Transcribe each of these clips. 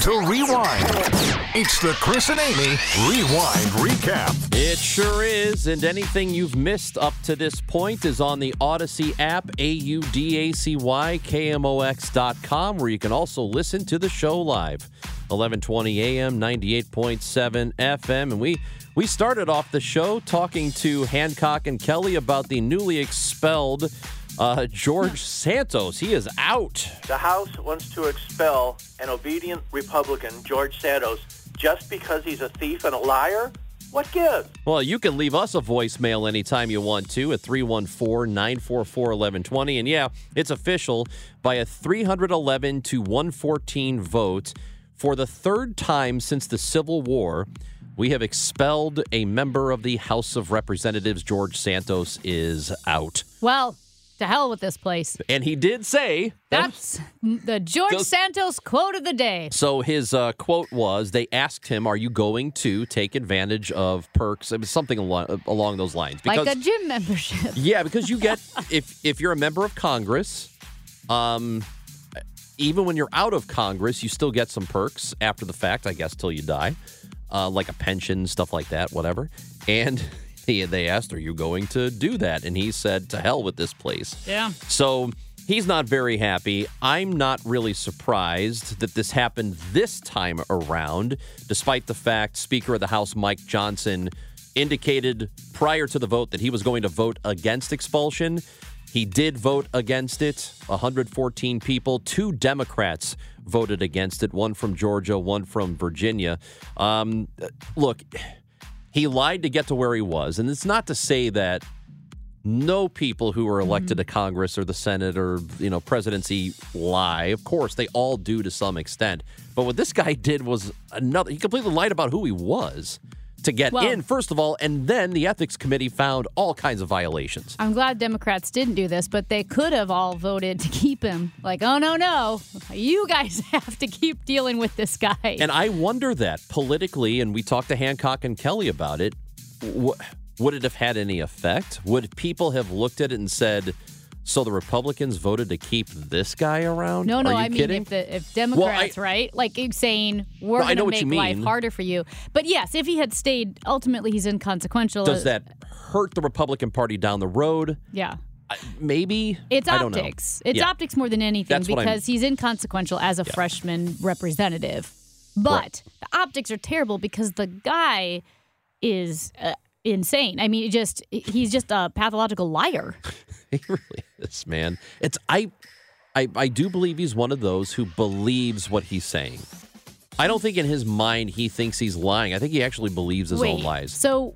to rewind. It's the Chris and Amy Rewind Recap. It sure is, and anything you've missed up to this point is on the Odyssey app, A U D A C Y K M O X dot com, where you can also listen to the show live, eleven twenty a.m., ninety eight point seven FM, and we we started off the show talking to Hancock and Kelly about the newly expelled uh, George Santos. He is out. The House wants to expel an obedient Republican, George Santos, just because he's a thief and a liar? What gives? Well, you can leave us a voicemail anytime you want to at 314 944 1120. And yeah, it's official by a 311 to 114 vote. For the third time since the Civil War, we have expelled a member of the House of Representatives. George Santos is out. Well, to hell with this place. And he did say That's the George Those- Santos quote of the day. So his uh, quote was, "They asked him, are you going to take advantage of perks? It was something along, along those lines." Like a gym membership. yeah, because you get if if you're a member of Congress, um, even when you're out of Congress, you still get some perks after the fact, I guess, till you die, uh, like a pension, stuff like that, whatever. And he, they asked, "Are you going to do that?" And he said, "To hell with this place." Yeah. So he's not very happy. I'm not really surprised that this happened this time around, despite the fact Speaker of the House Mike Johnson indicated prior to the vote that he was going to vote against expulsion. He did vote against it. 114 people, two Democrats voted against it, one from Georgia, one from Virginia. Um, look, he lied to get to where he was. And it's not to say that no people who are elected to Congress or the Senate or you know presidency lie. Of course, they all do to some extent. But what this guy did was another. He completely lied about who he was to get Well- in, first of all, and then the ethics committee found all kinds of violations. I'm glad Democrats didn't do this, but they could have all voted to keep him. Like, oh, no, no. You guys have to keep dealing with this guy. And I wonder that politically, and we talked to Hancock and Kelly about it. W- would it have had any effect? Would people have looked at it and said, "So the Republicans voted to keep this guy around"? no, no, Are you I mean, kidding? if, the, if Democrats, I- right? Like, it's saying, we're No, I going know to what make you life mean. harder for you. But yes, if he had stayed, ultimately he's inconsequential. Does that hurt the Republican Party down the road? Yeah. I- Maybe. It's I don't know. optics. It's Yeah. optics more than anything That's what I'm- because he's inconsequential as a freshman representative. But Right. the optics are terrible because the guy is uh, insane. I mean, he just he's just a pathological liar. He really is, man. It's I, I, I do believe he's one of those who believes what he's saying. I don't think in his mind he thinks he's lying. I think he actually believes his own lies. So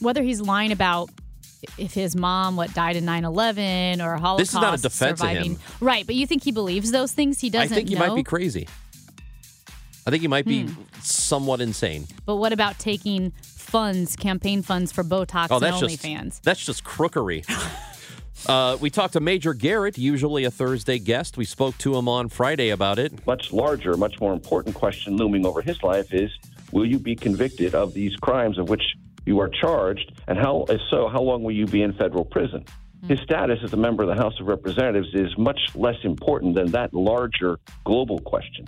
whether he's lying about if his mom what died in 9/11 or Holocaust is not a defense of surviving. him. Right, but you think he believes those things? He I doesn't think he know. Hmm. might be crazy. I think he might be somewhat insane. but what about taking funds, campaign funds for Botox Oh, and that's just OnlyFans? that's just crookery. uh, we talked to Major Garrett, usually a Thursday guest. We spoke to him on Friday about it. much larger, much more important question looming over his life is will you be convicted of these crimes of which you are charged? And how, if so, how long will you be in federal prison? His status as a member of the House of Representatives is much less important than that larger global question.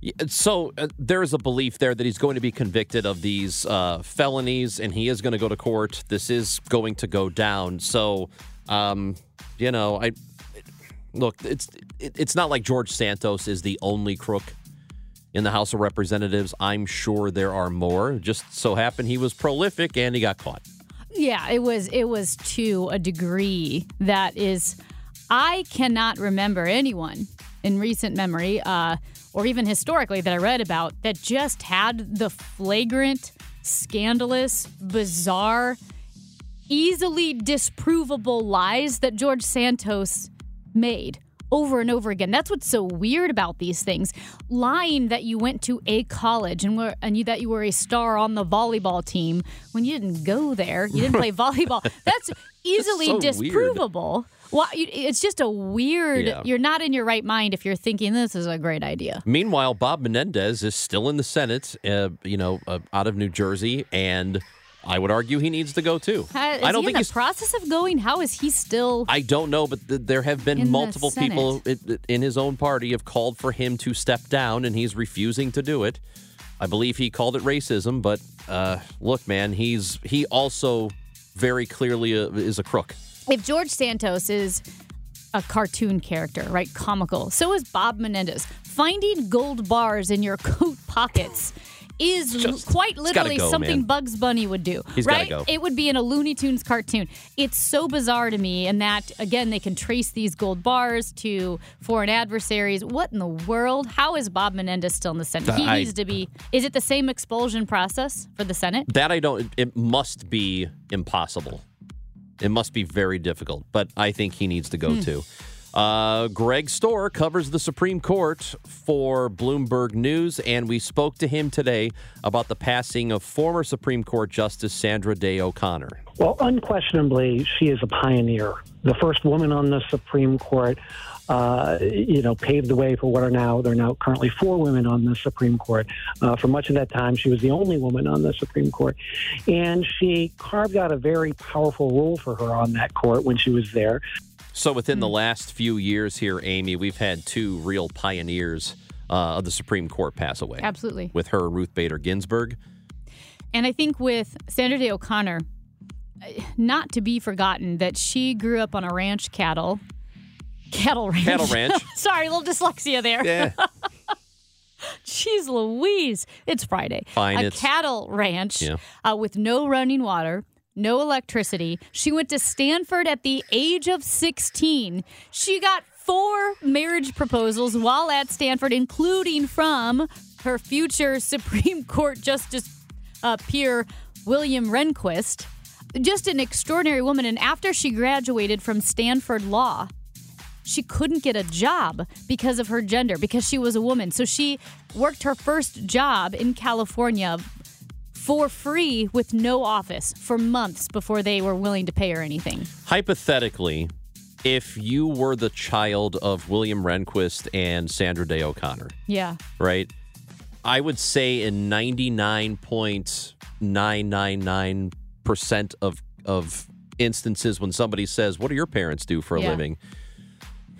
Yeah, So uh, there is a belief there that he's going to be convicted of these uh, felonies, and he is going to go to court. This is going to go down. So, um, you know, I look. It's it, it's not like George Santos is the only crook in the House of Representatives. I'm sure there are more. Just so happened he was prolific and he got caught. Yeah, it was it was to a degree that is I cannot remember anyone in recent memory uh, or even historically that I read about that just had the flagrant, scandalous, bizarre, easily disprovable lies that George Santos made over and over again. That's what's so weird about these things. Lying that you went to a college and were and you that you were a star on the volleyball team when you didn't go there, you didn't play volleyball. That's easily so weird. disprovable. Well, you, it's just a weird. Yeah. You're not in your right mind if you're thinking this is a great idea. Meanwhile, Bob Menendez is still in the Senate, uh, you know, uh, out of New Jersey, and I would argue he needs to go too. How- is I don't he think in the he's. process of going. How is he still? I don't know, but th- there have been In the multiple people i- in his own party have called for him to step down, and he's refusing to do it. I believe he called it racism, but uh, look, man, he's he also very clearly uh is a crook. if George Santos is a cartoon character, right? Comical. So is Bob Menendez. Finding gold bars in your coat pockets is quite gotta literally go, something man. Bugs Bunny would do. He's gotta right? go. It would be in a Looney Tunes cartoon. It's so bizarre to me, and that again, they can trace these gold bars to foreign adversaries. What in the world? How is Bob Menendez still in the Senate? He I- needs to be. Is it the same expulsion process for the Senate? That I don't. It must be impossible. It must be very difficult. But I think he needs to go too. Uh, Greg Storr covers the Supreme Court for Bloomberg News, and we spoke to him today about the passing of former Supreme Court Justice Sandra Day O'Connor. Well, unquestionably, she is a pioneer. The first woman on the Supreme Court, uh, you know, paved the way for what are now there are now currently four women on the Supreme Court. Uh, for much of that time, she was the only woman on the Supreme Court, and she carved out a very powerful role for her on that court when she was there. So within the last few years here, Amy, we've had two real pioneers uh, of the Supreme Court pass away. Absolutely. With her, Ruth Bader Ginsburg. And I think with Sandra Day O'Connor, uh, not to be forgotten that she grew up on a ranch cattle. Cattle ranch. Cattle ranch. Sorry, a little dyslexia there. Yeah. Jeez Louise. It's Friday. Fine, a it's- cattle ranch Yeah. uh, with no running water, no electricity. She went to Stanford at the age of 16. She got four marriage proposals while at Stanford, including from her future Supreme Court Justice uh, peer, William Rehnquist. Just an extraordinary woman. And after she graduated from Stanford Law, she couldn't get a job because of her gender, because she was a woman. So she worked her first job in California for free with no office for months before they were willing to pay her anything. hypothetically, if you were the child of William Rehnquist and Sandra Day O'Connor, Yeah. right? I would say in 99.999% of of instances when somebody says, "What do your parents do for a Yeah. living?"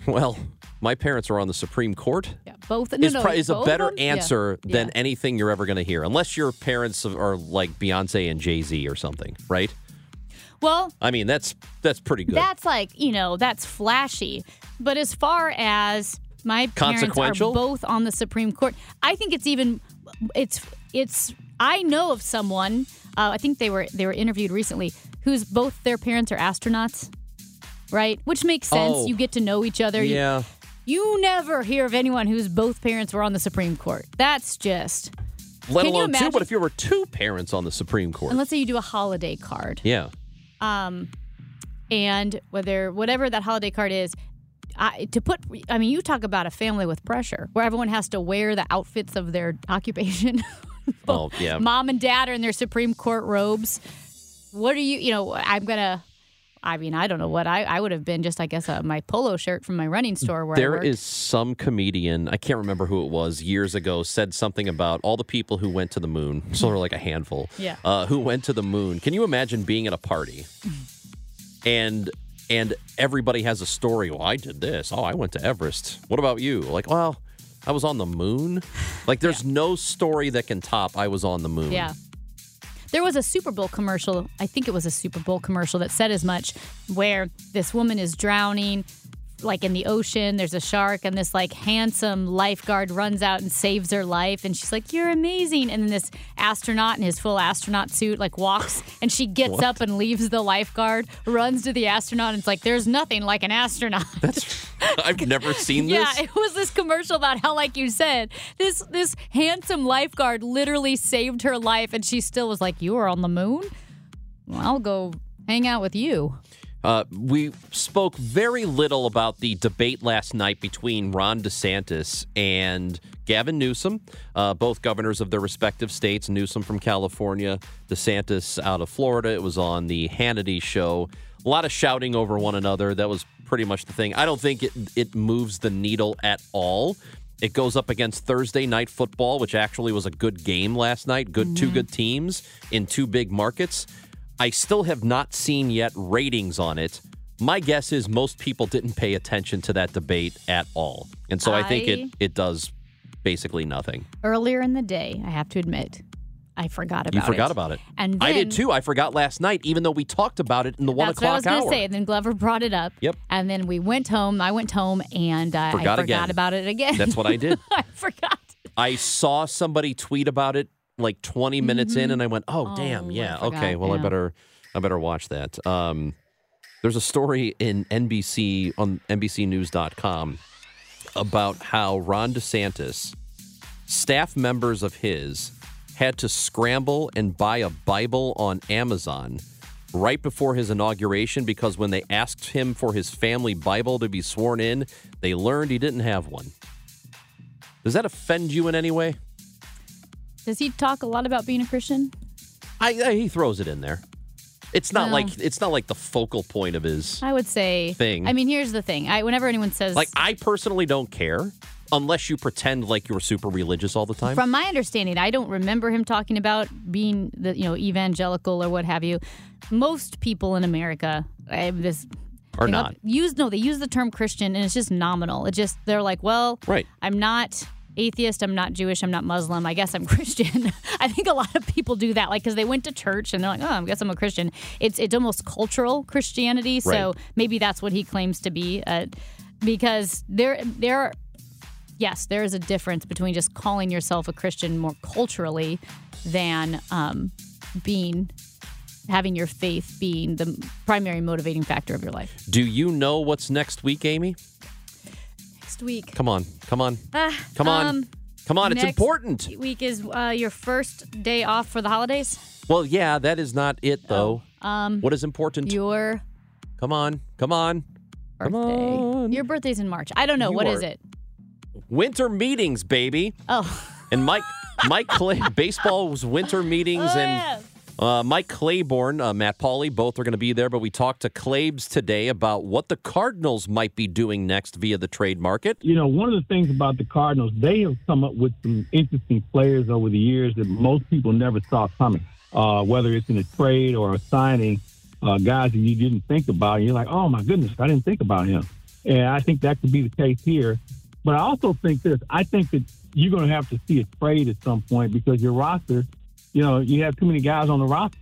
Well, my parents are on the Supreme Court. Yeah. Both no, Is, no, pro- is a both better of them? Yeah. answer than Yeah. anything you're ever going to hear, unless your parents are like Beyonce and Jay Z or something, right? Well, I mean, that's that's pretty good. That's like, you know, that's flashy. But as far as my parents are Consequential? both on the Supreme Court, I think it's even it's it's I know of someone, uh, I think they were they were interviewed recently, who's both their parents are astronauts. Right? Which makes sense. Oh. You get to know each other. You- yeah. You, never hear of anyone whose both parents were on the Supreme Court. That's just let Can you alone two. imagine- But if you were two parents on the Supreme Court, and let's say you do a holiday card. yeah, um, and whether whatever that holiday card is I, to put i mean you talk about a family with pressure where everyone has to wear the outfits of their occupation oh yeah, mom and dad are in their supreme court robes what are you you know i'm gonna i mean i don't know what i, I would have been just i guess uh, my polo shirt from my running store where I there worked. is some comedian I can't remember who it was years ago said something about all the people who went to the moon. So there were like a handful, Yeah. uh, who went to the moon. Can you imagine being at a party and and everybody has a story? Well, I did this. Oh, I went to Everest. What about you? Like, well, I was on the moon. Like, there's no story that can top I was on the moon. Yeah. There was a Super Bowl commercial, I think it was a Super Bowl commercial that said as much, where this woman is drowning, like in the ocean, there's a shark, and this like handsome lifeguard runs out and saves her life. And she's like, You're amazing. And then this astronaut in his full astronaut suit, like walks and she gets up and leaves the lifeguard, runs to the astronaut, and it's like, There's nothing like an astronaut. I've never seen this. Yeah, it was this commercial about how, like you said, this this handsome lifeguard literally saved her life, and she still was like, "You were on the moon. Well, I'll go hang out with you." Uh, we spoke very little about the debate last night between Ron DeSantis and Gavin Newsom, uh, both governors of their respective states. Newsom from California, DeSantis out of Florida. It was on the Hannity show. A lot of shouting over one another. That was pretty much the thing. I don't think it, it moves the needle at all. It goes up against Thursday night football, which actually was a good game last night. Good two good teams in two big markets. I still have not seen yet ratings on it. My guess is most people didn't pay attention to that debate at all. And so I, think I- it it does basically nothing. Earlier in the day, I have to admit, I forgot about You it. forgot about it. And I did then- too. I forgot last night, even though we talked about it in the one That's what o'clock I was gonna hour. say. And then Glover brought it up. Yep. And then we went home. I went home and uh, Forgot I forgot again. about it again. That's what I did. I forgot. I saw somebody tweet about it like 20 minutes in, and I went, "Oh, damn, Mm-hmm. I yeah, forgot, okay. Well, I yeah. better, I better watch that." Um, there's a story in NBC on NBCNews.com about how Ron DeSantis, staff members of his, had to scramble and buy a Bible on Amazon right before his inauguration because when they asked him for his family Bible to be sworn in, they learned he didn't have one. Does that offend you in any way? Does he talk a lot about being a Christian? I, I he throws it in there. It's not Well. like it's not like the focal point of his I would say. Thing. I mean, here's the thing. I whenever anyone says like I personally don't care unless you pretend like you're super religious all the time. From my understanding, I don't remember him talking about being the you know evangelical or what have you. Most people in America, I, this Are they not. love- use no, they use the term Christian, and it's just nominal. It just they're like, well, Right. I'm not atheist, I'm not Jewish, I'm not Muslim. I guess I'm Christian. I think a lot of people do that, like because they went to church and they're like, oh, I guess I'm a Christian. It's it's almost cultural Christianity, so Right. maybe that's what he claims to be. Uh, because there there yes, there is a difference between just calling yourself a Christian more culturally than um, being having your faith being the primary motivating factor of your life. Do you know what's next week, Amy? Next week, Come on, come on, Ah, come on, um, come on. It's next important. Week is uh, your first day off for the holidays. Well, yeah, that is not Oh, it though. um, what is important? Your come on, come on. Come birthday. on. Your birthday's in March. I don't know You what is are- it. Winter meetings, baby. Oh, And Mike, Mike Clay, baseball's winter meetings Oh, and. Uh, Mike Claiborne, uh, Matt Pauley, both are going to be there, but we talked to Claves today about what the Cardinals might be doing next via the trade market. you know, one of the things about the Cardinals, they have come up with some interesting players over the years that most people never saw coming. Uh, whether it's in a trade or a signing, uh, guys that you didn't think about, you're like, oh my goodness, I didn't think about him. And I think that could be the case here. But I also think this: I think that you're going to have to see a trade at some point because your roster, you know, you have too many guys on the roster.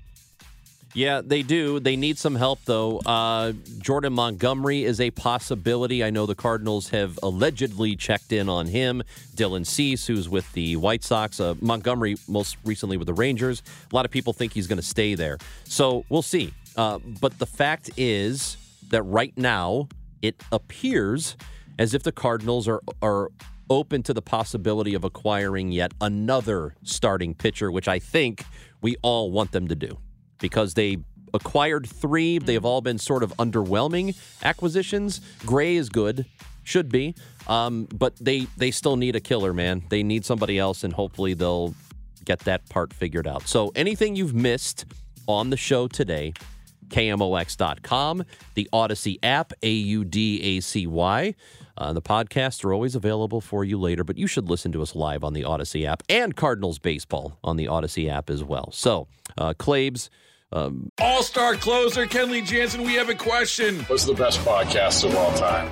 Yeah, they do. They need some help, though. Uh, Jordan Montgomery is a possibility. I know the Cardinals have allegedly checked in on him. Dylan Cease, who's with the White Sox, uh, Montgomery most recently with the Rangers. A lot of people think he's going to stay there. So we'll see. Uh, but the fact is that right now, it appears as if the Cardinals are are open to the possibility of acquiring yet another starting pitcher, which I think we all want them to do because they acquired three. They've all been sort of underwhelming acquisitions. Gray is good, should be, um, but they they still need a killer, man. They need somebody else, and hopefully they'll get that part figured out. So anything you've missed on the show today, KMOX.com, the Odyssey app, A U D A C Y. Uh, the podcasts are always available for you later, but you should listen to us live on the Odyssey app and Cardinals Baseball on the Odyssey app as well. So, uh, Claves, All star closer Kenley Jansen, we have a question. What's the best podcast of all time?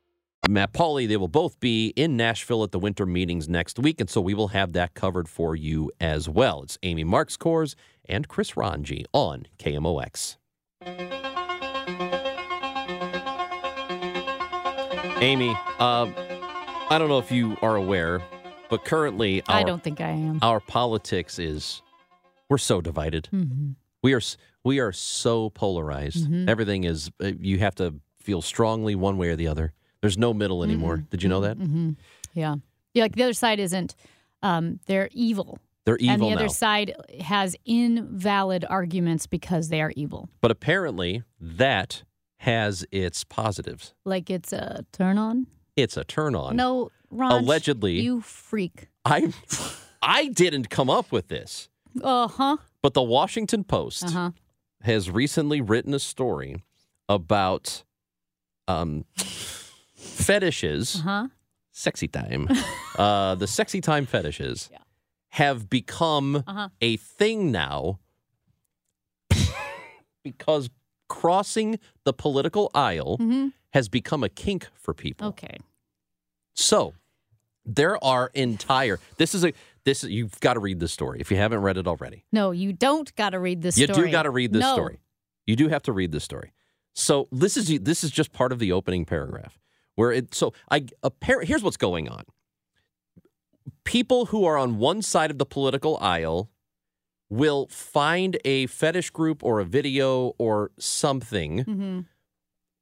Matt Pauley, they will both be in Nashville at the winter meetings next week, and so we will have that covered for you as well. It's Amy Marks Kors and Chris Ranji on KMOX. Amy, uh, I don't know if you are aware, but currently our I don't think I am. our politics is we're so divided. Mm-hmm. We are s- we are so polarized. Everything is uh, you have to feel strongly one way or the other. There's no middle Mm-hmm. anymore. Did you know that? Yeah. Yeah, like the other side isn't um they're evil. They're evil Mm-hmm. and the now. other side has invalid arguments because they are evil. But apparently that has its positives. Like it's a turn on? It's a turn on. No, Ron. Allegedly. You freak. I I didn't come up with this. Uh huh. But the Washington Post Uh huh. has recently written a story about um, fetishes, Uh-huh. sexy time, uh, the sexy time fetishes have become Uh-huh. a thing now because crossing the political aisle has become a kink for people. Mm-hmm. Okay. So there are entire. This is a. This you've got to read this story if you haven't read it already. No, you don't got to read this You story. do got to read this No. story. You do have to read this story. So this is this is just part of the opening paragraph where it. So I appar- here's what's going on. People who are on one side of the political aisle will find a fetish group or a video or something Mm-hmm.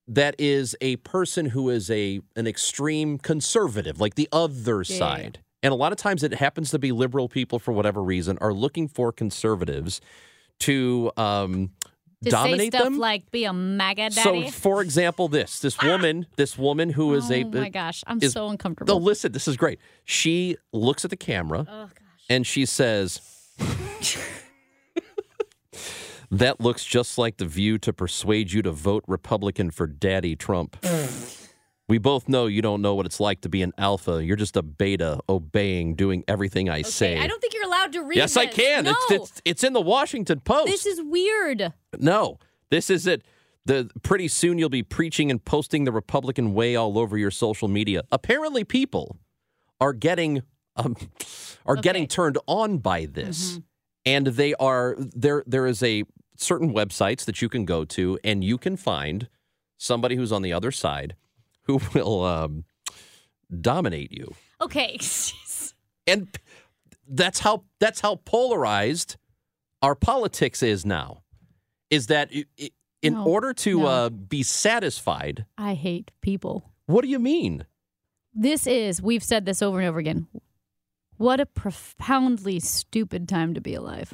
that is a person who is a an extreme conservative, like the other yeah, yeah. side. And a lot of times it happens to be liberal people for whatever reason are looking for conservatives to um, To say dominate stuff them. like be a MAGA daddy. Ah! so, for example, this this woman, this woman who is a oh my gosh, I'm is- so no, uncomfortable. Oh listen, this is great. She looks at the camera and she says, That looks just like the view to persuade you to vote Republican for Daddy Trump. we both know you don't know what it's like to be an alpha. You're just a beta, obeying, doing everything I say. I don't think you're allowed to read. yes, I this. can. No, It's, it's it's in the Washington Post. this is weird. No, this is it. The pretty soon you'll be preaching and posting the Republican way all over your social media. Apparently, people are getting um, are getting turned on by this, and they are there. There is a certain websites that you can go to, and you can find somebody who's on the other side who will um, dominate you, Okay. Jeez. and that's how that's how polarized our politics is now is that i- i- in No, order to no. uh, be satisfied I hate people. what do you mean This is we've said this over and over again. What a profoundly stupid time to be alive.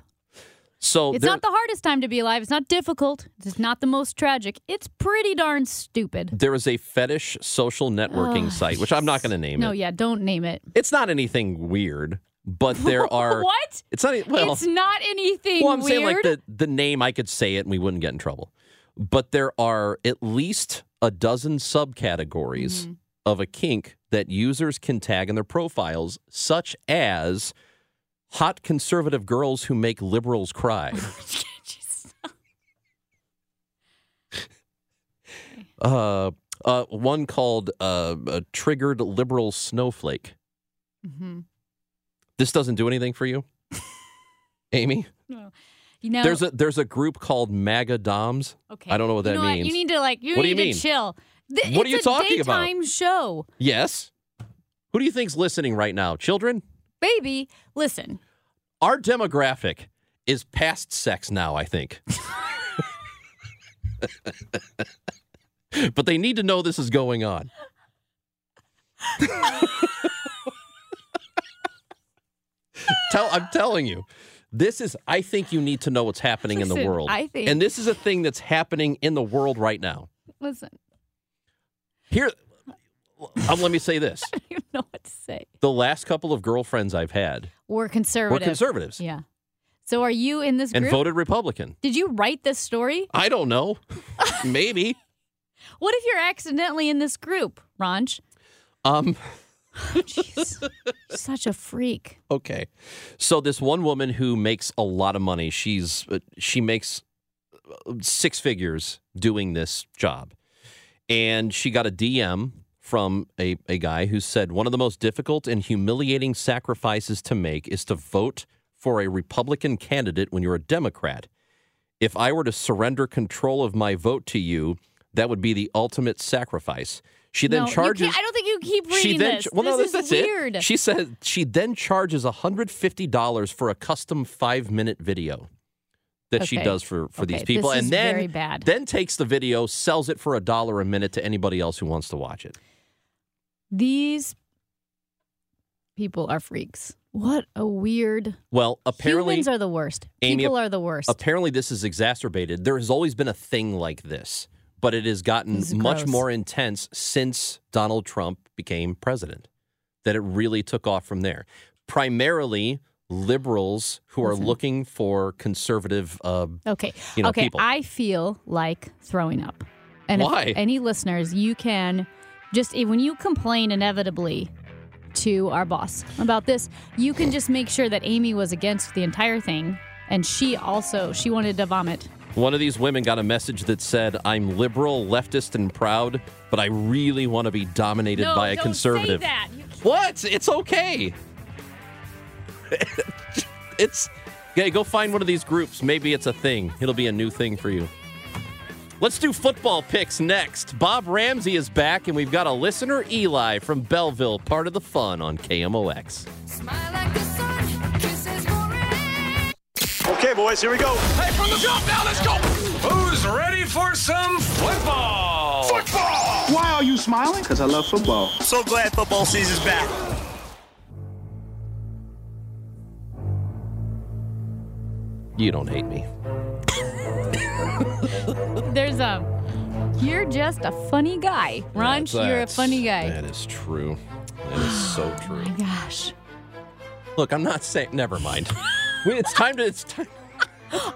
so It's there- not the hardest time to be alive. It's not difficult. It's not the most tragic. It's pretty darn stupid. there is a fetish social networking Ugh, site which i'm not going to name No, it yeah, don't name it. it's not anything weird but there are what? it's not e, well it's not anything well i'm weird. saying like the, the name i could say it and we wouldn't get in trouble but there are at least a dozen subcategories of a kink that users can tag in their profiles such as hot conservative girls who make liberals cry uh, uh, one called uh, a triggered liberal snowflake mm-hmm. this doesn't do anything for you amy you know, there's a there's a group called MAGA Doms. okay. I don't know what You that means. You need to like. You What do need you to mean? chill. Th- What are it's you a talking about? daytime show, Yes. Who do you think's listening right now? Children? baby. Listen, Our demographic is past sex now, I think. but they need to know this is going on. Tell I'm telling you. This is I think you need to know what's happening in Listen, the world. I think- And this is a thing that's happening in the world right now. listen. Here, um, let me say this: I don't even know what to say. the last couple of girlfriends I've had We're were conservative. conservatives Yeah. So are you in this group? and voted Republican. Did you write this story? I don't know, maybe. What if you're accidentally in this group, Ronch? Um, Jeez. Such a freak. okay. So this one woman who makes a lot of money, she's uh, she makes uh, six figures doing this job, and she got a DM from a, a guy who said one of the most difficult and humiliating sacrifices to make is to vote for a Republican candidate when you're a Democrat. If I were to surrender control of my vote to you, that would be the ultimate sacrifice. She then No, you charges. can't- I don't think you keep reading she then this. well, no, this that's, is that's weird. it. She says she then charges hundred fifty dollars for a custom five minute video that she Okay. does for for these Okay, people, this and is then very bad. then takes the video, sells it for a dollar a minute to anybody else who wants to watch it. These people are freaks. What a weird. Well, apparently, humans are the worst. Amy, people are the worst. apparently this is exacerbated. There has always been a thing like this, but it has gotten This is much gross. more intense since Donald Trump became president. That it really took off from there. Primarily liberals who are Mm-hmm. looking for conservative. Uh, Okay. you know, okay. people. I feel like throwing up. And if Why? any listeners, you can just when you complain inevitably to our boss about this, you can just make sure that Amy was against the entire thing and she also she wanted to vomit. one of these women got a message that said, "I'm liberal, leftist, and proud, but I really want to be dominated no, by a don't conservative." Say that. You can't- What? It's okay. it's okay. Go find one of these groups. Maybe it's a thing. It'll be a new thing for you. Let's do football picks next. Bob Ramsey is back, and we've got a listener, Eli from Belleville, part of the fun on KMOX. Okay, boys, here we go. Hey, from the jump now, let's go. Who's ready for some football? Why are you smiling? Because I love football. So glad football season's back. You don't hate me. There's a you're just a funny guy. Ronch, you're a That's- funny guy. Oh That is true. That is so true. Gosh. Look, I'm not saying. Never mind. it's time to. It's time.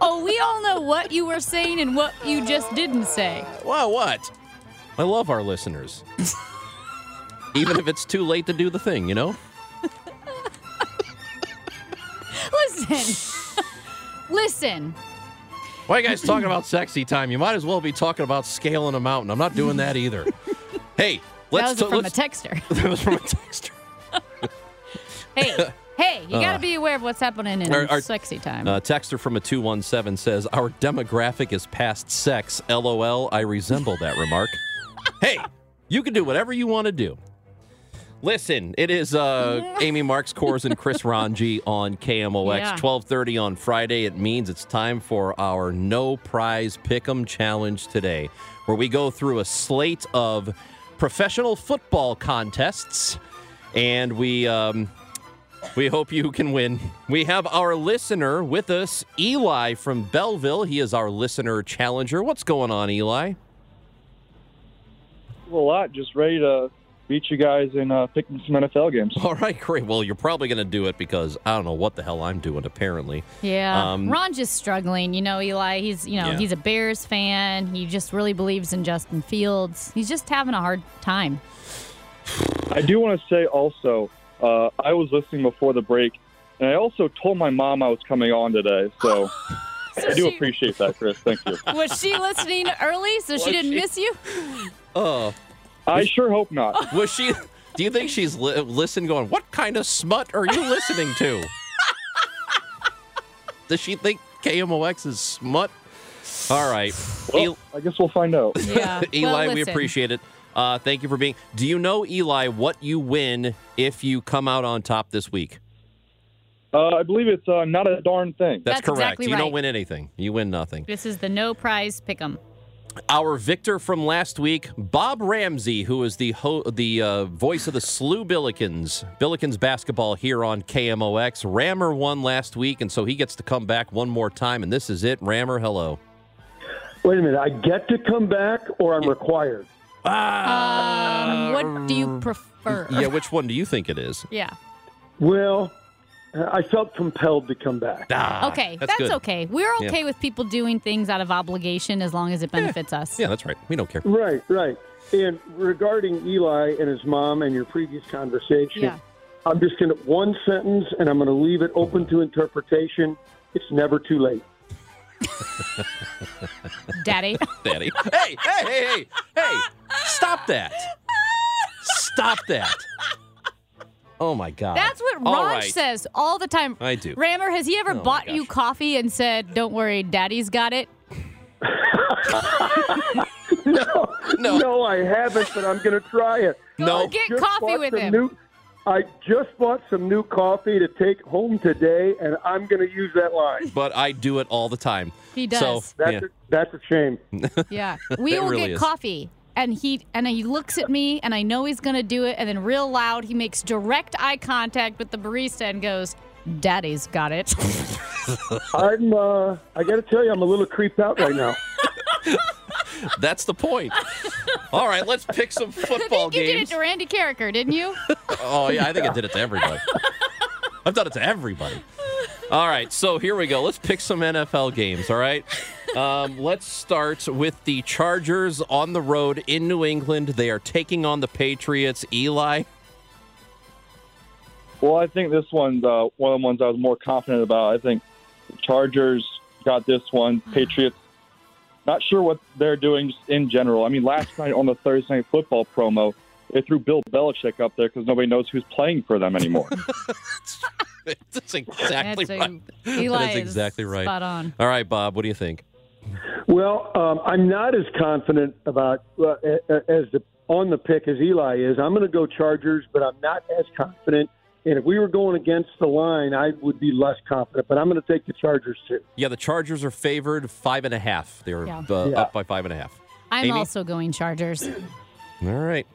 Oh, we all know what you were saying and what you just didn't say. Well, what? I love our listeners. Even if it's too late to do the thing, you know? Listen. Listen. Why are you guys talking about sexy time? You might as well be talking about scaling a mountain. I'm not doing that either. hey, let's that was t- from let's- a texter. that was from a texter. Hey, hey, you got to be aware of what's happening in Our- our- sexy time. Uh, texter from a 217 says, Our demographic is past sex. LOL, I resemble that remark. Hey, you can do whatever you want to do. Listen, it is uh, Amy Marks Kors and Chris Ranji on KMOX Yeah. 1230 on Friday. It means it's time for our no prize pick'em challenge today, where we go through a slate of professional football contests and we um, we hope you can win. We have our listener with us, Eli from Belleville. He is our listener challenger. What's going on, Eli? A lot. Just ready to beat you guys and uh, pick some NFL games. All right, great. Well, you're probably going to do it because I don't know what the hell I'm doing, apparently. yeah. um, Ron's just struggling. You know, Eli, he's, you know, Yeah. he's a Bears fan. He just really believes in Justin Fields. He's just having a hard time. I do want to say also, uh, I was listening before the break, and I also told my mom I was coming on today. So I do she- appreciate that, Chris. Thank you. Was she listening early so Was she didn't she? miss you? Oh, I sure hope not. was she. Do you think she's li- listened going, what kind of smut are you listening to? Does she think KMOX is smut? All right. El- Well, I guess we'll find out. Yeah. Eli, uh, Well, we listen. appreciate it. Uh, thank you for being. Do you know, Eli, what you win if you come out on top this week? Uh, I believe it's uh, not a darn thing. That's, That's correct. exactly you don't right. win anything. You win nothing. This is the no prize pick 'em. Our victor from last week, Bob Ramsey, who is the ho- the uh, voice of the Slew Billikens, Billikens basketball here on KMOX. Rammer won last week, and so he gets to come back one more time. And this is it. Rammer, hello. Wait a minute. I get to come back or I'm required? Um, what do you prefer? Yeah, which one do you think it is? Yeah. Well, I felt compelled to come back. Ah, Okay, that's, that's, good. okay. We're Yeah. okay with people doing things out of obligation as long as it benefits us. Yeah, that's right. We don't care. Right, right. And regarding Eli and his mom and your previous conversation, Yeah. I'm just going to one sentence and I'm going to leave it open to interpretation. It's never too late. Daddy. Daddy. Hey, hey, hey, hey, hey, stop that. Stop that. Oh my God. That's what All Ron right. says all the time. I do. Rammer, has he ever Oh my bought you gosh. coffee and said, "Don't worry, Daddy's got it"? no, no, I haven't, but I'm going to try it. Go No. get Just coffee bought with some him. new- I just bought some new coffee to take home today, and I'm going to use that line. But I do it all the time. He So, does. That's, a, that's a shame. Yeah, we It will really get is. coffee, and he and he looks at me, and I know he's gonna do it, and then real loud, he makes direct eye contact with the barista and goes, "Daddy's got it." I'm. Uh, I got to tell you, I'm a little creeped out right now. That's the point. All right, let's pick some football you did it games. to Randy Carricker, didn't you? Oh, yeah, I think I did it to everybody. I've done it to everybody. All right, so here we go. Let's pick some NFL games, all right? Um, let's start with the Chargers on the road in New England. They are taking on the Patriots. Eli, Well, I think this one's uh, one of the ones I was more confident about. I think the Chargers got this one. Patriots, not sure what they're doing just in general. I mean, last night on the Thursday Night Football promo, they threw Bill Belichick up there because nobody knows who's playing for them anymore. that's exactly That's a- right. Eli that is is exactly right. spot on. All right, Bob, what do you think? Well, um, I'm not as confident about uh, a- a- as the on the pick as Eli is. I'm going to go Chargers, but I'm not as confident. And if we were going against the line, I would be less confident. But I'm going to take the Chargers too. Yeah, the Chargers are favored five and a half. They're Yeah. uh, Yeah. up by five and a half. I'm Amy? also going Chargers All right.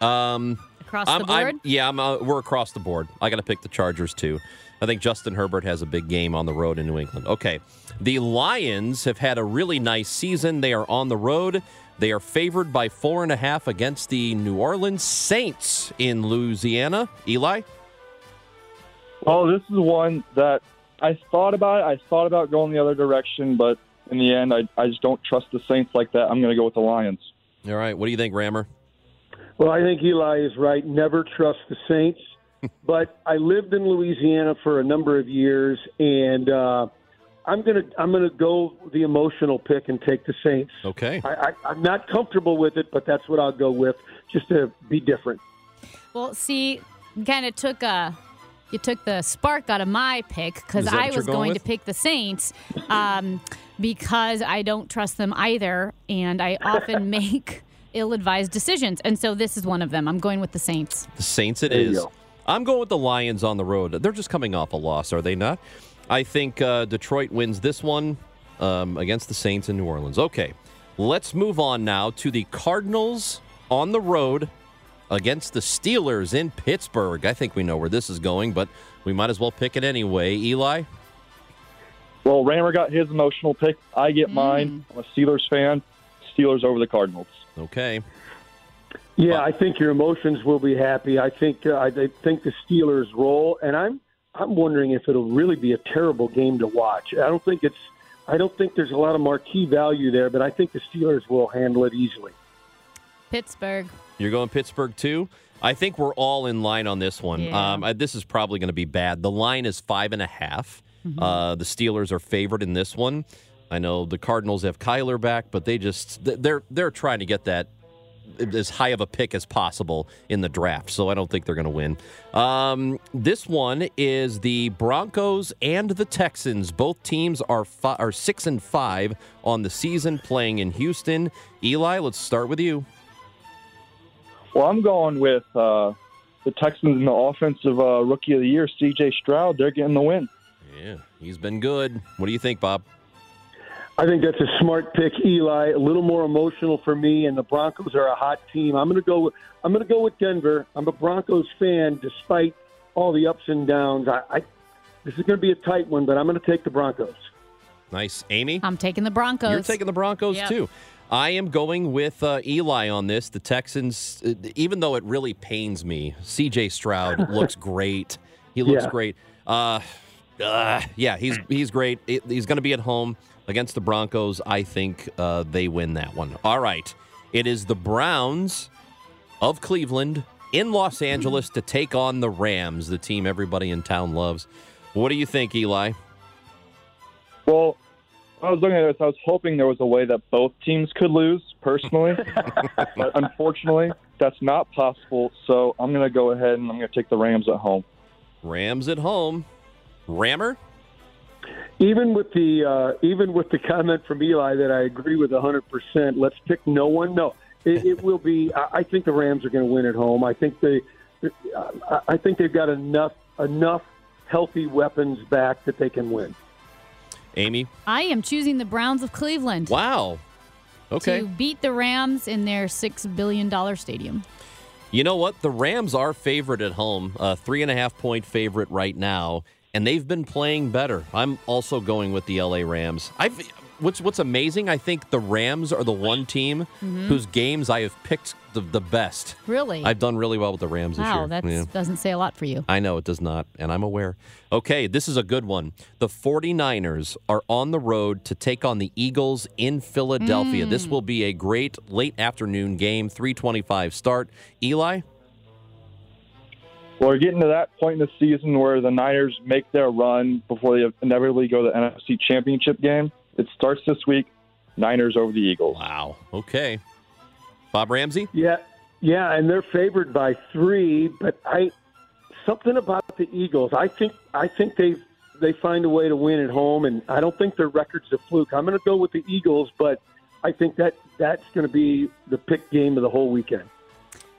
Um, across I'm, the I'm- board. yeah, I'm, uh, we're across the board. I got to pick the Chargers too. I think Justin Herbert has a big game on the road in New England. Okay. The Lions have had a really nice season. They are on the road. They are favored by four and a half against the New Orleans Saints in Louisiana. Eli? Well, Oh, this is one that I thought about. I thought about going the other direction, but in the end, I, I just don't trust the Saints like that. I'm going to go with the Lions. All right. What do you think, Rammer? Well, I think Eli is right. Never trust the Saints. but I lived in Louisiana for a number of years, and uh, I'm going to I'm going to go the emotional pick and take the Saints. Okay. I, I, I'm not comfortable with it, but that's what I'll go with just to be different. Well, see, kind of took a you took the spark out of my pick because Is that what I you're was going going, to with? pick the Saints um, because I don't trust them either, and I often make ill-advised decisions, and so this is one of them. I'm going with the Saints. The Saints it There you is. go. I'm going with the Lions on the road. They're just coming off a loss, are they not? I think uh, Detroit wins this one um, against the Saints in New Orleans. Okay, let's move on now to the Cardinals on the road against the Steelers in Pittsburgh. I think we know where this is going, but we might as well pick it anyway. Eli? Well, Rammer got his emotional pick. I get mine. I'm a Steelers fan. Steelers over the Cardinals. Okay. Yeah, I think your emotions will be happy. I think uh, I I think the Steelers roll, and I'm I'm wondering if it'll really be a terrible game to watch. I don't think it's I don't think there's a lot of marquee value there, but I think the Steelers will handle it easily. Pittsburgh. You're going Pittsburgh too. I think we're all in line on this one. Yeah. Um, I- this is probably going to be bad. The line is five and a half. Uh, the Steelers are favored in this one. I know the Cardinals have Kyler back, but they just th- they're they're trying to get that as high of a pick as possible in the draft. So I don't think they're going to win. Um, this one is the Broncos and the Texans. Both teams are fi- are six and five on the season, playing in Houston. Eli, let's start with you. Well, I'm going with uh, the Texans and the offensive uh, rookie of the year, C.J. Stroud. They're getting the win. Yeah, he's been good. What do you think, Bob? I think that's a smart pick, Eli. A little more emotional for me, and the Broncos are a hot team. I'm going to go. I'm going to go with Denver. I'm a Broncos fan, despite all the ups and downs. I, I this is going to be a tight one, but I'm going to take the Broncos. Nice, Amy. I'm taking the Broncos. You're taking the Broncos Yep. too. I am going with uh, Eli on this. The Texans, uh, even though it really pains me, C.J. Stroud looks great. He looks Yeah. great. Uh, uh, yeah, he's he's great. It- he's going to be at home against the Broncos. I think uh, they win that one. All right, it is the Browns of Cleveland in Los Angeles to take on the Rams, the team everybody in town loves. What do you think, Eli? Well, when I was looking at this. I was hoping there was a way that both teams could lose, personally. but unfortunately, that's not possible. So I'm going to go ahead and I'm going to take the Rams at home. Rams at home. Rammer? even with the uh, even with the comment from Eli that I agree with 100. percent Let's pick no one. No, it, it will be. I I think the Rams are going to win at home. I think they, I- I think they've got enough enough healthy weapons back that they can win. Amy? I am choosing the Browns of Cleveland Wow. Okay. to beat the Rams in their $6 billion stadium. You know what? The Rams are favored at home, a three and a half point favorite right now, and they've been playing better. I'm also going with the LA Rams. I've what's what's amazing. I think the Rams are the one team Mhm. whose games I have picked the, the best. Really? I've done really well with the Rams this wow, year. that Yeah. doesn't say a lot for you. I know it does not, and I'm aware. Okay, this is a good one. The 49ers are on the road to take on the Eagles in Philadelphia. This Hmm. will be a great late afternoon game, 325 start. Eli? Well, we're getting to that point in the season where the Niners make their run before they inevitably go to the NFC Championship game. It starts this week. Niners over the Eagles. Wow. Okay. Bob Ramsey? Yeah, yeah, and they're favored by three. But I something about the Eagles. I think I think they they find a way to win at home, and I don't think their record's a fluke. I'm going to go with the Eagles, but I think that that's going to be the pick game of the whole weekend.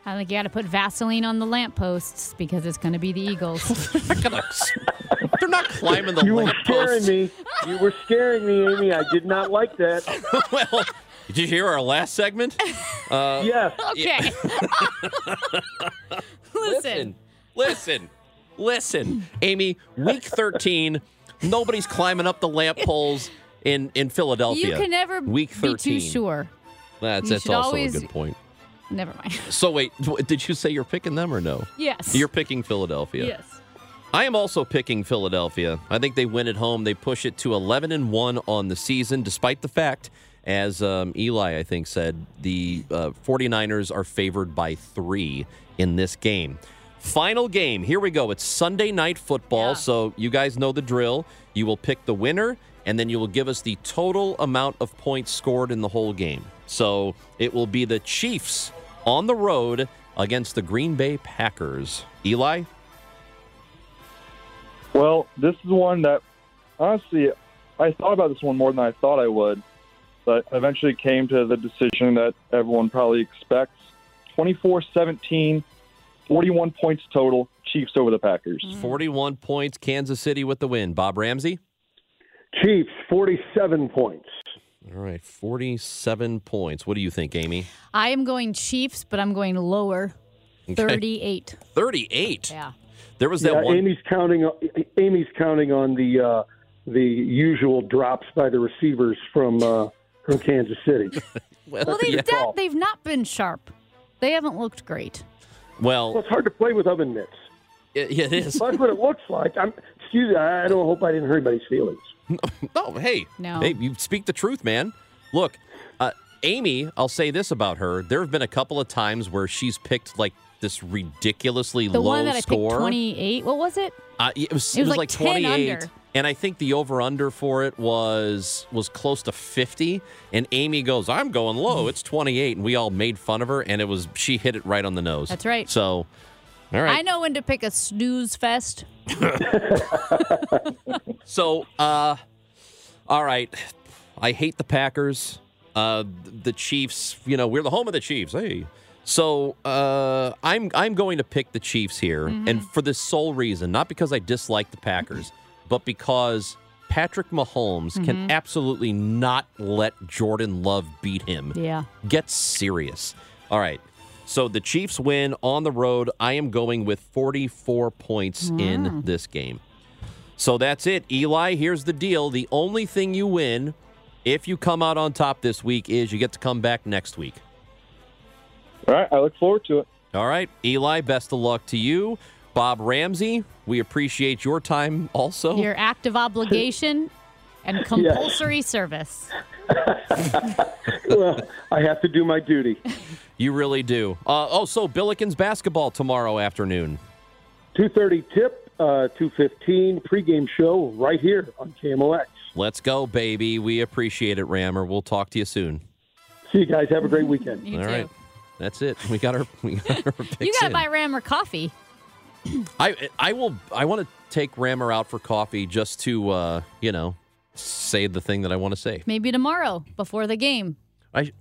I think you got to put Vaseline on the lampposts because it's going to be the Eagles. They're not climbing the you were lamppost. scaring me. You were scaring me, Amy. I did not like that. well, did you hear our last segment? Uh, Yes. okay. Listen. Listen. Listen. Amy, week 13, nobody's climbing up the lamp poles in, in Philadelphia. You can never week 13. be too sure. That's, You that's should also always- a good point. Never mind. So, wait, w- did you say you're picking them or no? Yes. You're picking Philadelphia. Yes. I am also picking Philadelphia. I think they win at home. They push it to 11 and 1 on the season, despite the fact, as um, Eli, I think, said, the uh, 49ers are favored by three in this game. Final game. Here we go. It's Sunday night football. So you guys know the drill. You will pick the winner, and then you will give us the total amount of points scored in the whole game. So it will be the Chiefs on the road against the Green Bay Packers. Eli? Well, this is one that honestly I thought about this one more than I thought I would, but eventually came to the decision that everyone probably expects. 24-17, 41 points total, Chiefs over the Packers. 41 points, Kansas City with the win. Bob Ramsey? Chiefs, 47 points. All right, 47 points. What do you think, Amy? I am going Chiefs, but I'm going lower. Okay. 38. 38. Yeah. There was that yeah, one. Amy's counting. on- Amy's counting on the uh, the usual drops by the receivers from uh, from Kansas City. Well, they've, not, they've not been sharp. They haven't looked great. Well, Well, it's hard to play with oven mitts. it- it is. That's what it looks like. I'm. Excuse me. I I don't hope I didn't hurt anybody's feelings. No, hey. No. Hey, you speak the truth, man. Look, uh, Amy, I'll say this about her. There have been a couple of times where she's picked like this ridiculously The low one that I score. picked 28. What was it? Uh, it was, It was like 10 28. under. And I think the over under for it was was close to 50. And Amy goes, I'm going low. It's 28. And we all made fun of her. And it was, she hit it right on the nose. That's right. So, all right. I know when to pick a snooze fest. So, uh, all right. I hate the Packers. Uh, the Chiefs. You know, we're the home of the Chiefs. Hey. So uh, I'm I'm going to pick the Chiefs here, and for this sole reason, not because I dislike the Packers, but because Patrick Mahomes can absolutely not let Jordan Love beat him. Yeah. Get serious. All right. So the Chiefs win on the road. I am going with 44 points in this game. So that's it, Eli. Here's the deal. The only thing you win if you come out on top this week is you get to come back next week. All right, I look forward to it. All right, Eli, best of luck to you. Bob Ramsey, we appreciate your time also. Your act of obligation and compulsory service. well, I have to do my duty. You really do. Uh, oh, so Billikens basketball tomorrow afternoon. Two thirty tip. Uh, Two fifteen pregame show right here on KMOX. Let's go, baby. We appreciate it, Rammer. We'll talk to you soon. See you guys. Have a great weekend. You All too. right. That's it. We got our we got our picks You got in. to buy Rammer coffee. I I will I want to take Rammer out for coffee just to uh, you know, say the thing that I want to say. Maybe tomorrow before the game I,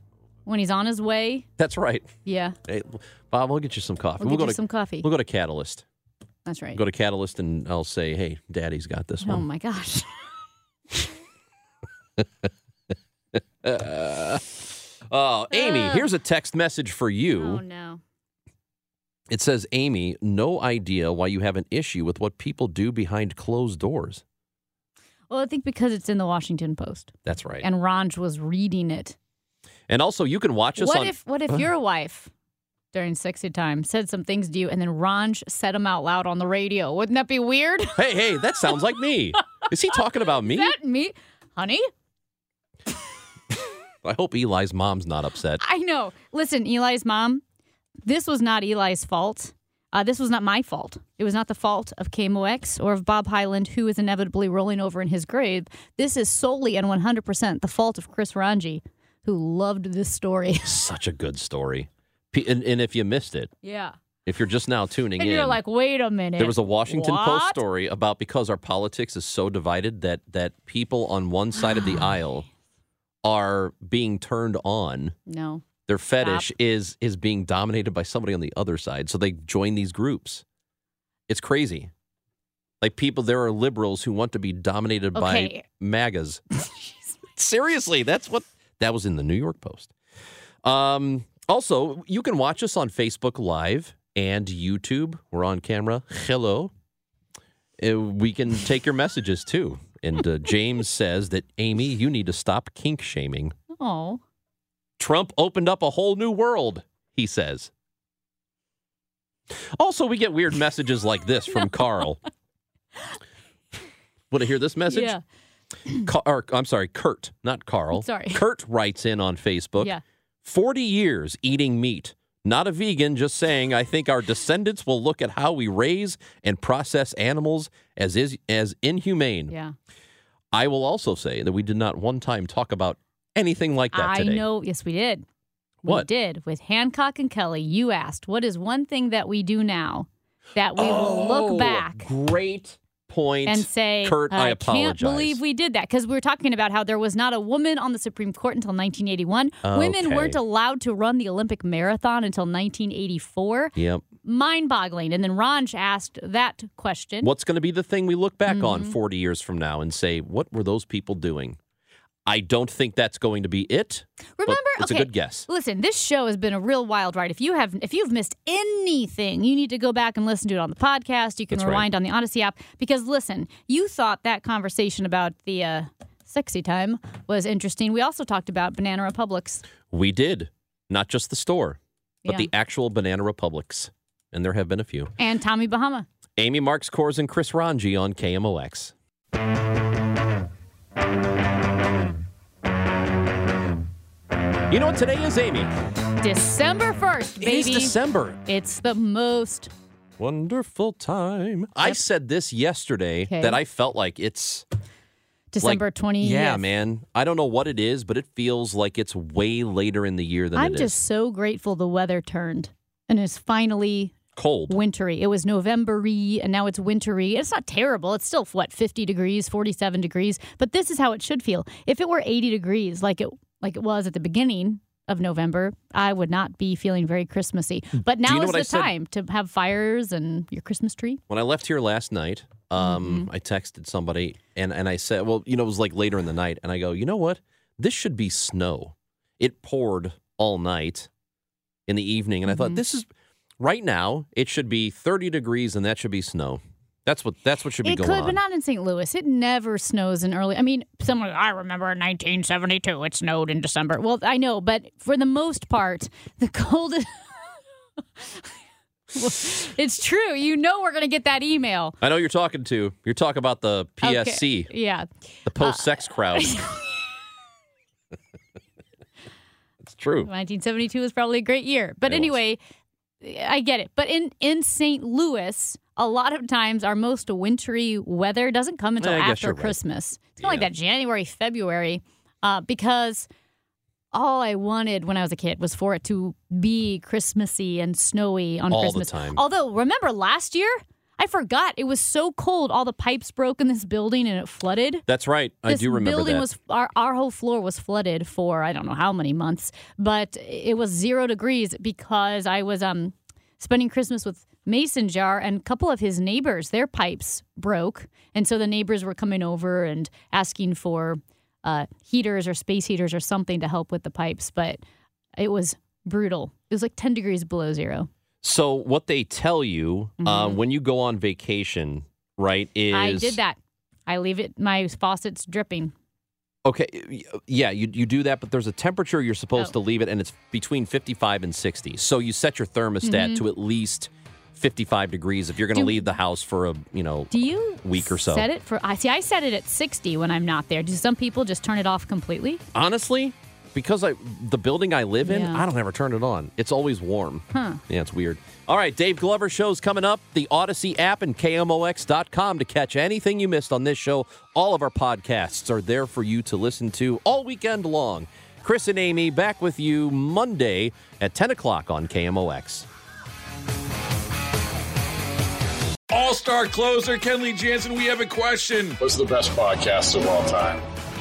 when he's on his way. that's right. Yeah, Hey, Bob, we'll get you some coffee. We'll get go you to some coffee. We'll go to Catalyst. that's right. Go to Catalyst, and I'll say, "Hey, Daddy's got this Oh one." my gosh. Uh, oh, Amy, Ugh. here's a text message for you. Uh. Oh no. It says, Amy, no idea why you have an issue with what people do behind closed doors. Well, I think because it's in the Washington Post That's right. And, and Ronj was reading it. also, you can watch us what on. if what if Huh? your wife during sexy time said some things to you and then Ronj said them out loud on the radio? Wouldn't that be weird? Hey, hey, that sounds like me. Is he talking about me? that me, honey. I hope Eli's mom's not upset. I know. Listen, Eli's mom, this was not Eli's fault. Uh, this was not my fault. It was not the fault of KMOX or of Bob Highland, who is inevitably rolling over in his grave. This is solely and 100% the fault of Chris Ranji, who loved this story. Such a good story. P- and, and if you missed it, Yeah. if you're just now tuning And in, you're like, wait a minute. there was a Washington Post What? story about because our politics is so divided that that people on one side of the aisle are being turned on. No. their fetish is is being dominated by somebody on the other side so they join these groups it's crazy like people there are liberals who want to be dominated by Okay. magas seriously that's what that was in the new york post um also you can watch us on facebook live and youtube we're on camera hello Uh, we can take your messages too and uh, james says that amy you need to stop kink shaming Oh. Trump opened up a whole new world, he says. Also, we get weird messages like this from Carl. Want to hear this message? Yeah. Ca- or, I'm sorry, Kurt, not Carl. Sorry. Kurt writes in on Facebook Yeah. 40 years eating meat. Not a vegan, just saying I think our descendants will look at how we raise and process animals as is as inhumane. Yeah. I will also say that we did not one time talk about anything like that I today. know. Yes, we did. We What? did with Hancock and Kelly. You asked, what is one thing that we do now that we will Oh, look back Great point. and say, Kurt, I can't apologize. believe we did that because we were talking about how there was not a woman on the Supreme Court until 1981. Okay. Women weren't allowed to run the Olympic marathon until 1984. Yep. Mind boggling. And then Ranj asked that question. What's going to be the thing we look back Mm-hmm. on 40 years from now and say, what were those people doing? I don't think that's going to be it. but Remember, it's okay, a good guess. Listen, this show has been a real wild ride. If you have if you've missed anything, you need to go back and listen to it on the podcast. You can That's right. rewind on the Odyssey app because listen, you thought that conversation about the uh, sexy time was interesting. We also talked about Banana Republics. We did, not just the store, but Yeah. the actual Banana Republics. And there have been a few. and Tommy Bahama. Amy Marks Kors and Chris Ranji on KMOX. You know what today is, Amy? December 1st, baby. It is December. It's the most Wonderful time. I said this yesterday Okay. that I felt like it's December like, 20th. Yeah, man. I don't know what it is, but it feels like it's way later in the year than I'm it is. just so grateful the weather turned and is finally cold. wintry. It was Novembery, and now it's wintry. It's not terrible. It's still what 50 degrees, 47 degrees. But this is how it should feel. If it were 80 degrees, like it like it was at the beginning of November, I would not be feeling very Christmassy. But now Hmm. know is what the I said? time to have fires and your Christmas tree. When I left here last night, um, Mm-hmm. I texted somebody and, and I said, well, you know, it was like later in the night. And I go, you know what? This should be snow. It poured all night in the evening. And I Mm-hmm. thought, this is right now, it should be 30 degrees and that should be snow. That's what that's what should be It going could, on. but not in St. Louis. It never snows in early. I mean, someone I remember in 1972 it snowed in December. Well, I know, but for the most part, the coldest. Well, it's true. You know we're gonna get that email. I know you're talking to. You're talking about the Okay. Uh, PSC, Yeah. the post-sex crowd. it's true. 1972 was probably a great year. But It was. anyway, I get it. But in in St. Louis, a lot of times our most wintry weather doesn't come until I guess after you're right. Christmas. It's kind of like that January, February, uh, because all I wanted when I was a kid was for it to be Christmassy and snowy on All the Christmas. time. Although, remember last year? I I forgot it was so cold. All the pipes broke in this building and it flooded. That's right. I This do remember building that. was our our whole floor was flooded for I don't know how many months, but it was zero degrees because I was um spending Christmas with Mason Jar and a couple of his neighbors. Their pipes broke, and so the neighbors were coming over and asking for uh, heaters or space heaters or something to help with the pipes. But it was brutal. It was like ten degrees below zero. so what they tell you uh, Mhm. when you go on vacation, right? Is I did that. I leave it. My faucet's dripping. Okay, y- yeah, you, you do that, but there's a temperature you're supposed Oh. to leave it, and it's between 55 and 60. So you set your thermostat Mhm. to at least 55 degrees if you're going to Do- leave the house for a you know Do you week or so. set it for? I see. I set it at sixty when I'm not there. Do some people just turn it off completely? Honestly, because I the building I live in, Yeah. I don't ever turn it on. It's always warm. Huh. Yeah, it's weird. All right, Dave Glover show's coming up. The Odyssey app and KMOX.com to catch anything you missed on this show. All of our podcasts are there for you to listen to all weekend long. Chris and Amy back with you Monday at 10 o'clock on KMOX. All star closer Kenley Jansen, we have a question. What's the best podcast of all time?